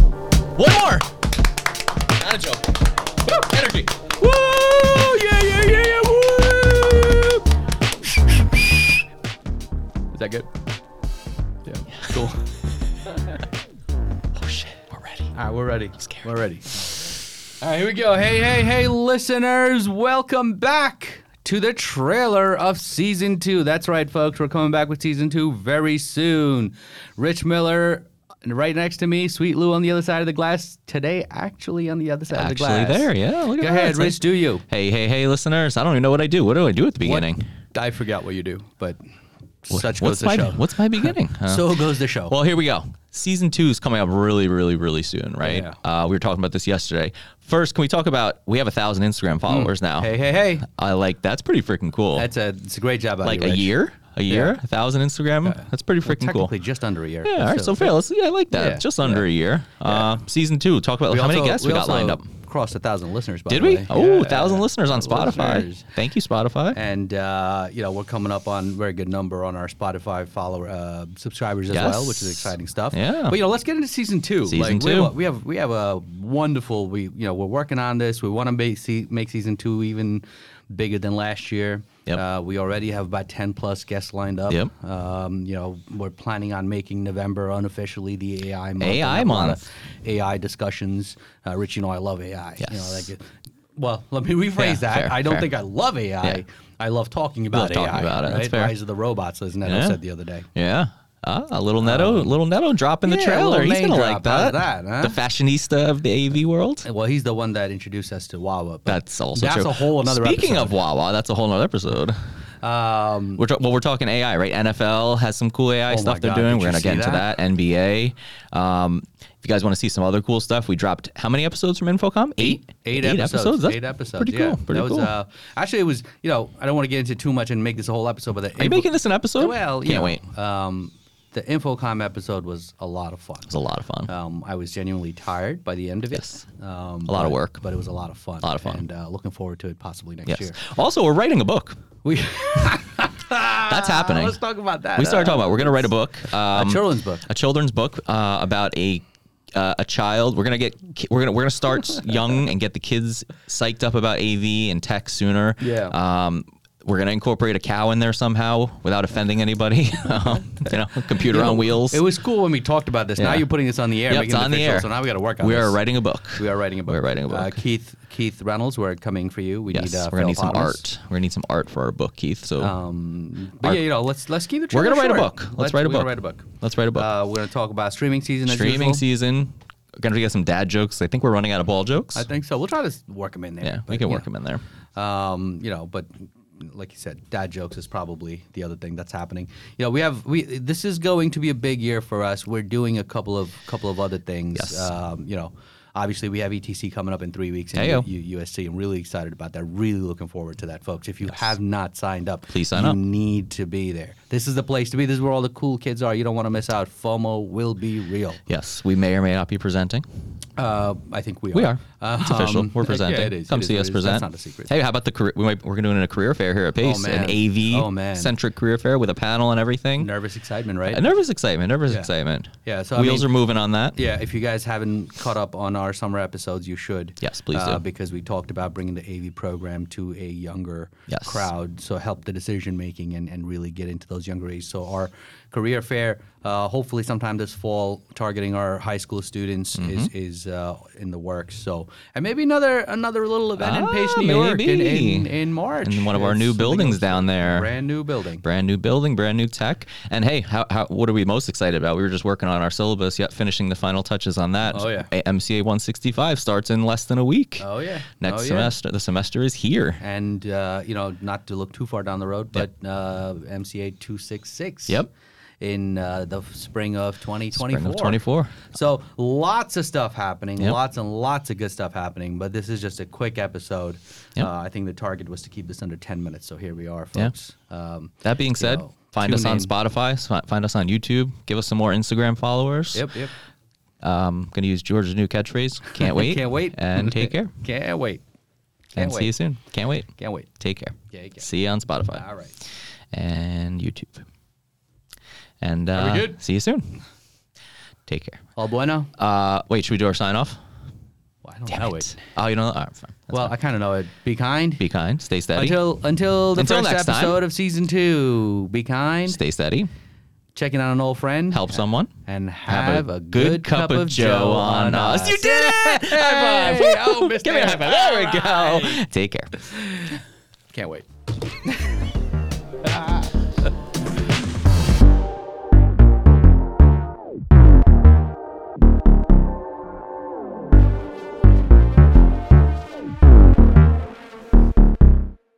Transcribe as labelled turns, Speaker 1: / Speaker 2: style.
Speaker 1: One more. Not a joke. Energy. Woo! Yeah, yeah, yeah, yeah. Woo! Is that good?
Speaker 2: Yeah. Cool.
Speaker 1: Oh shit, we're ready.
Speaker 2: All right, we're ready.
Speaker 1: scared.
Speaker 2: We're ready. All right, here we go. Hey, hey, hey, listeners, welcome back to the trailer of season two. That's right, folks. We're coming back with season two very soon. Rich Miller right next to me, Sweet Lou on the other side of the glass. Today, actually, on the other side of the
Speaker 1: Actually,
Speaker 2: glass.
Speaker 1: there. Yeah. Look
Speaker 2: Go
Speaker 1: at that.
Speaker 2: ahead,
Speaker 1: It's like-
Speaker 2: Rich, do you?
Speaker 1: Hey, hey, hey, listeners! I don't even know what I do. What do I do at the
Speaker 2: What-
Speaker 1: beginning?
Speaker 2: I forgot what you do, but
Speaker 1: Wh-
Speaker 2: such goes
Speaker 1: what's
Speaker 2: the
Speaker 1: my,
Speaker 2: show.
Speaker 1: What's my beginning? Uh,
Speaker 2: so goes the show.
Speaker 1: well, here we go. Season two is coming up really, really, really soon, right?
Speaker 2: Yeah.
Speaker 1: Uh, we were talking about this yesterday. First, can we talk about? We have a thousand Instagram followers now.
Speaker 2: Hmm. hey, hey, hey.
Speaker 1: I like that's pretty freaking cool.
Speaker 2: That's a, it's a great job out of
Speaker 1: like
Speaker 2: you,
Speaker 1: a
Speaker 2: Rich.
Speaker 1: year, a year,
Speaker 2: Yeah.
Speaker 1: a thousand Instagram. That's pretty
Speaker 2: Well,
Speaker 1: freaking cool.
Speaker 2: technically just under a year.
Speaker 1: Yeah, all right. So fair. Let's, yeah, I like that.
Speaker 2: Yeah,
Speaker 1: Just under a year. Uh, season two. Talk about
Speaker 2: We
Speaker 1: how many
Speaker 2: also-
Speaker 1: guests we, got
Speaker 2: also
Speaker 1: lined up.
Speaker 2: Crossed a thousand listeners. By
Speaker 1: Did
Speaker 2: the
Speaker 1: we?
Speaker 2: way.
Speaker 1: Oh,
Speaker 2: Yeah.
Speaker 1: thousand listeners on
Speaker 2: Thousand
Speaker 1: Spotify.
Speaker 2: listeners.
Speaker 1: Thank you, Spotify.
Speaker 2: And uh, you know we're coming up on a very good number on our Spotify follower uh, subscribers as
Speaker 1: Yes.
Speaker 2: well, which is exciting stuff.
Speaker 1: Yeah.
Speaker 2: But you know, let's get into season two.
Speaker 1: Season
Speaker 2: like, we have a-
Speaker 1: two.
Speaker 2: we have we have a wonderful. We you know we're working on this. We want to make see, make season two even bigger than last year.
Speaker 1: Yep.
Speaker 2: Uh, we already have about ten plus guests lined up.
Speaker 1: Yep.
Speaker 2: Um, you know we're planning on making November unofficially the AI month.
Speaker 1: AI
Speaker 2: and have a lot of
Speaker 1: month.
Speaker 2: AI discussions. Uh, Rich, you know I love AI. You know,
Speaker 1: Yes.
Speaker 2: like, well, let me rephrase
Speaker 1: Yeah,
Speaker 2: that.
Speaker 1: fair,
Speaker 2: I don't
Speaker 1: fair.
Speaker 2: think I love AI.
Speaker 1: Yeah.
Speaker 2: I love talking about
Speaker 1: Love
Speaker 2: AI.
Speaker 1: talking about it.
Speaker 2: Right?
Speaker 1: That's fair.
Speaker 2: Rise of the Robots, as Neto
Speaker 1: Yeah.
Speaker 2: said the other day.
Speaker 1: yeah. Ah, a little Neto, little Neto drop in the
Speaker 2: Um, Yeah, a
Speaker 1: trailer.
Speaker 2: little
Speaker 1: He's
Speaker 2: name
Speaker 1: gonna like
Speaker 2: drop. How's
Speaker 1: that.
Speaker 2: that, huh?
Speaker 1: The fashionista of the AV world.
Speaker 2: Well, he's the one that introduced us to Wawa. but
Speaker 1: That's also
Speaker 2: that's
Speaker 1: true.
Speaker 2: a whole another.
Speaker 1: Speaking
Speaker 2: episode.
Speaker 1: of Wawa, that's a whole other episode.
Speaker 2: um,
Speaker 1: We're ta- well, we're talking AI, right? NFL has some cool AI
Speaker 2: Oh my
Speaker 1: stuff they're
Speaker 2: God,
Speaker 1: doing.
Speaker 2: did
Speaker 1: We're
Speaker 2: you
Speaker 1: gonna get
Speaker 2: see
Speaker 1: into that.
Speaker 2: that?
Speaker 1: NBA. Um, if you guys want to see some other cool stuff, we dropped how many episodes from Infocom? Eight.
Speaker 2: Eight, episodes.
Speaker 1: That's
Speaker 2: eight episodes.
Speaker 1: Pretty
Speaker 2: yeah.
Speaker 1: cool. Pretty
Speaker 2: that was
Speaker 1: cool.
Speaker 2: uh, actually it was. You know, I don't want to get into too much and make this a whole episode, but the
Speaker 1: Are you making this an episode?
Speaker 2: Well,
Speaker 1: can't
Speaker 2: you know,
Speaker 1: wait.
Speaker 2: Um, the Infocom episode was a lot of fun.
Speaker 1: It's a lot of fun.
Speaker 2: Um, I was genuinely tired by the end of it.
Speaker 1: Yes.
Speaker 2: Um,
Speaker 1: A lot
Speaker 2: but-
Speaker 1: of work.
Speaker 2: but it was a lot of fun. A
Speaker 1: lot of fun.
Speaker 2: and uh, looking forward to it possibly next
Speaker 1: yes.
Speaker 2: year.
Speaker 1: Also, we're writing a book.
Speaker 2: We
Speaker 1: That's happening.
Speaker 2: Uh, Let's talk about that.
Speaker 1: we started
Speaker 2: Uh,
Speaker 1: talking about we're gonna write a book. Um,
Speaker 2: children's book.
Speaker 1: A children's book uh, about a. Uh, a child. We're gonna get. ki- We're gonna. We're gonna start s- young and get the kids psyched up about AV and tech sooner.
Speaker 2: Yeah.
Speaker 1: Um, we're gonna incorporate a cow in there somehow without offending anybody. um, you know, computer on wheels.
Speaker 2: It was cool when we talked about this. Now
Speaker 1: Yeah.
Speaker 2: you're putting this on the air.
Speaker 1: Yep,
Speaker 2: making
Speaker 1: it's
Speaker 2: it
Speaker 1: on the
Speaker 2: official,
Speaker 1: air.
Speaker 2: So now we got to work on
Speaker 1: we
Speaker 2: this.
Speaker 1: are writing a book.
Speaker 2: We are writing a book.
Speaker 1: We're writing a book.
Speaker 2: Uh, Keith Keith Reynolds, we're coming for you. We
Speaker 1: yes,
Speaker 2: need. Uh,
Speaker 1: we're gonna
Speaker 2: Phil
Speaker 1: need some
Speaker 2: Thomas.
Speaker 1: art. We're gonna need some art for our book, Keith. So
Speaker 2: Um, but
Speaker 1: Art.
Speaker 2: yeah, you know, let's let's keep the.
Speaker 1: we're gonna
Speaker 2: trailer
Speaker 1: write a
Speaker 2: short.
Speaker 1: book. Let's, write a
Speaker 2: we're
Speaker 1: book.
Speaker 2: gonna Write a book.
Speaker 1: Let's write a book.
Speaker 2: Uh, we're gonna talk about streaming season. As
Speaker 1: Streaming
Speaker 2: usual.
Speaker 1: season. Gonna get some dad jokes. I think we're running out of ball jokes.
Speaker 2: I think so. We'll try to s- work them in there.
Speaker 1: yeah, we
Speaker 2: but,
Speaker 1: can
Speaker 2: you
Speaker 1: work
Speaker 2: know.
Speaker 1: them in there.
Speaker 2: Um, you know, but like you said, dad jokes is probably the other thing that's happening. You know, we have we this is going to be a big year for us. We're doing a couple of couple of other things.
Speaker 1: Yes.
Speaker 2: Um, you know, obviously we have ETC coming up in three weeks in
Speaker 1: Heyo.
Speaker 2: U- U- USC. I'm really excited about that. Really looking forward to that, folks. If you have not signed up,
Speaker 1: Please sign
Speaker 2: you
Speaker 1: up.
Speaker 2: Need to be there. This is the place to be. This is where all the cool kids are. You don't want to miss out. FOMO will be real.
Speaker 1: Yes, we may or may not be presenting.
Speaker 2: Uh, I think we are.
Speaker 1: We are. it's official.
Speaker 2: Um,
Speaker 1: We're presenting.
Speaker 2: Yeah, it is.
Speaker 1: Come
Speaker 2: It is
Speaker 1: see
Speaker 2: what
Speaker 1: us
Speaker 2: it is.
Speaker 1: present.
Speaker 2: That's not a secret.
Speaker 1: Hey, how about the career? We might, we're gonna doing a career fair here at Pace,
Speaker 2: man. Oh,
Speaker 1: an AV
Speaker 2: man.
Speaker 1: centric career fair with a panel and everything.
Speaker 2: Nervous excitement, right?
Speaker 1: Uh, nervous excitement. Nervous
Speaker 2: Yeah.
Speaker 1: excitement.
Speaker 2: Yeah, so, I
Speaker 1: wheels
Speaker 2: mean-
Speaker 1: are moving on that.
Speaker 2: Yeah, if you guys haven't caught up on our summer episodes, you should.
Speaker 1: Yes, please
Speaker 2: uh,
Speaker 1: do.
Speaker 2: Because we talked about bringing the AV program to a younger
Speaker 1: Yes.
Speaker 2: crowd, so help the decision making and, and really get into those younger ages. So our career fair, uh, hopefully sometime this fall, targeting our high school students
Speaker 1: Mm-hmm.
Speaker 2: is is uh, in the works. So and maybe another another little event in
Speaker 1: Ah,
Speaker 2: Pace, New York, in, in,
Speaker 1: maybe.
Speaker 2: in March.
Speaker 1: In one of our
Speaker 2: It's
Speaker 1: new
Speaker 2: something
Speaker 1: buildings
Speaker 2: else.
Speaker 1: down there.
Speaker 2: Brand new building.
Speaker 1: brand new building, brand new tech. And hey, how, how, what are we most excited about? We were just working on our syllabus, yet finishing the final touches on that.
Speaker 2: Oh, yeah.
Speaker 1: A- MCA 165 starts in less than a week.
Speaker 2: Oh yeah.
Speaker 1: Next
Speaker 2: Oh, yeah.
Speaker 1: semester, the semester is here.
Speaker 2: and uh, you know not to look too far down the road, but
Speaker 1: Yep.
Speaker 2: uh, MCA two six six.
Speaker 1: Yep.
Speaker 2: In uh, the f- spring of twenty twenty
Speaker 1: Spring
Speaker 2: four.
Speaker 1: of 24.
Speaker 2: So lots of stuff happening,
Speaker 1: Yep.
Speaker 2: lots and lots of good stuff happening. But this is just a quick episode.
Speaker 1: Yep.
Speaker 2: Uh, I think the target was to keep this under ten minutes, so here we are,
Speaker 1: Yeah.
Speaker 2: folks. Um,
Speaker 1: That being said,
Speaker 2: know,
Speaker 1: find us
Speaker 2: tune
Speaker 1: on
Speaker 2: in.
Speaker 1: Spotify, s- find us on YouTube, give us some more Instagram followers.
Speaker 2: yep, yep.
Speaker 1: Um, going to use George's new catchphrase. Can't wait.
Speaker 2: Can't wait.
Speaker 1: And take care.
Speaker 2: Can't wait. Can't
Speaker 1: and
Speaker 2: wait.
Speaker 1: see you soon. Can't wait.
Speaker 2: Can't wait.
Speaker 1: Take care.
Speaker 2: Take care.
Speaker 1: See you on Spotify.
Speaker 2: All right.
Speaker 1: and YouTube. And
Speaker 2: Are
Speaker 1: uh,
Speaker 2: we good?
Speaker 1: see you soon. Take care.
Speaker 2: All bueno?
Speaker 1: Uh, wait, should we do our sign off?
Speaker 2: Well, I don't know it.
Speaker 1: Oh, you know, all right, fine. That's
Speaker 2: Well,
Speaker 1: fine.
Speaker 2: I kind of know it. Be kind.
Speaker 1: be kind, stay steady,
Speaker 2: until until the
Speaker 1: Until
Speaker 2: first
Speaker 1: next time.
Speaker 2: episode of season two. Be kind.
Speaker 1: stay steady,
Speaker 2: Checking on an old friend.
Speaker 1: help someone.
Speaker 2: And have, a, good, cup, of Joe, on us.
Speaker 1: You did it! High five!
Speaker 2: Hey! Oh,
Speaker 1: Woo! Give me a high five. There we go. Take care.
Speaker 2: Can't wait.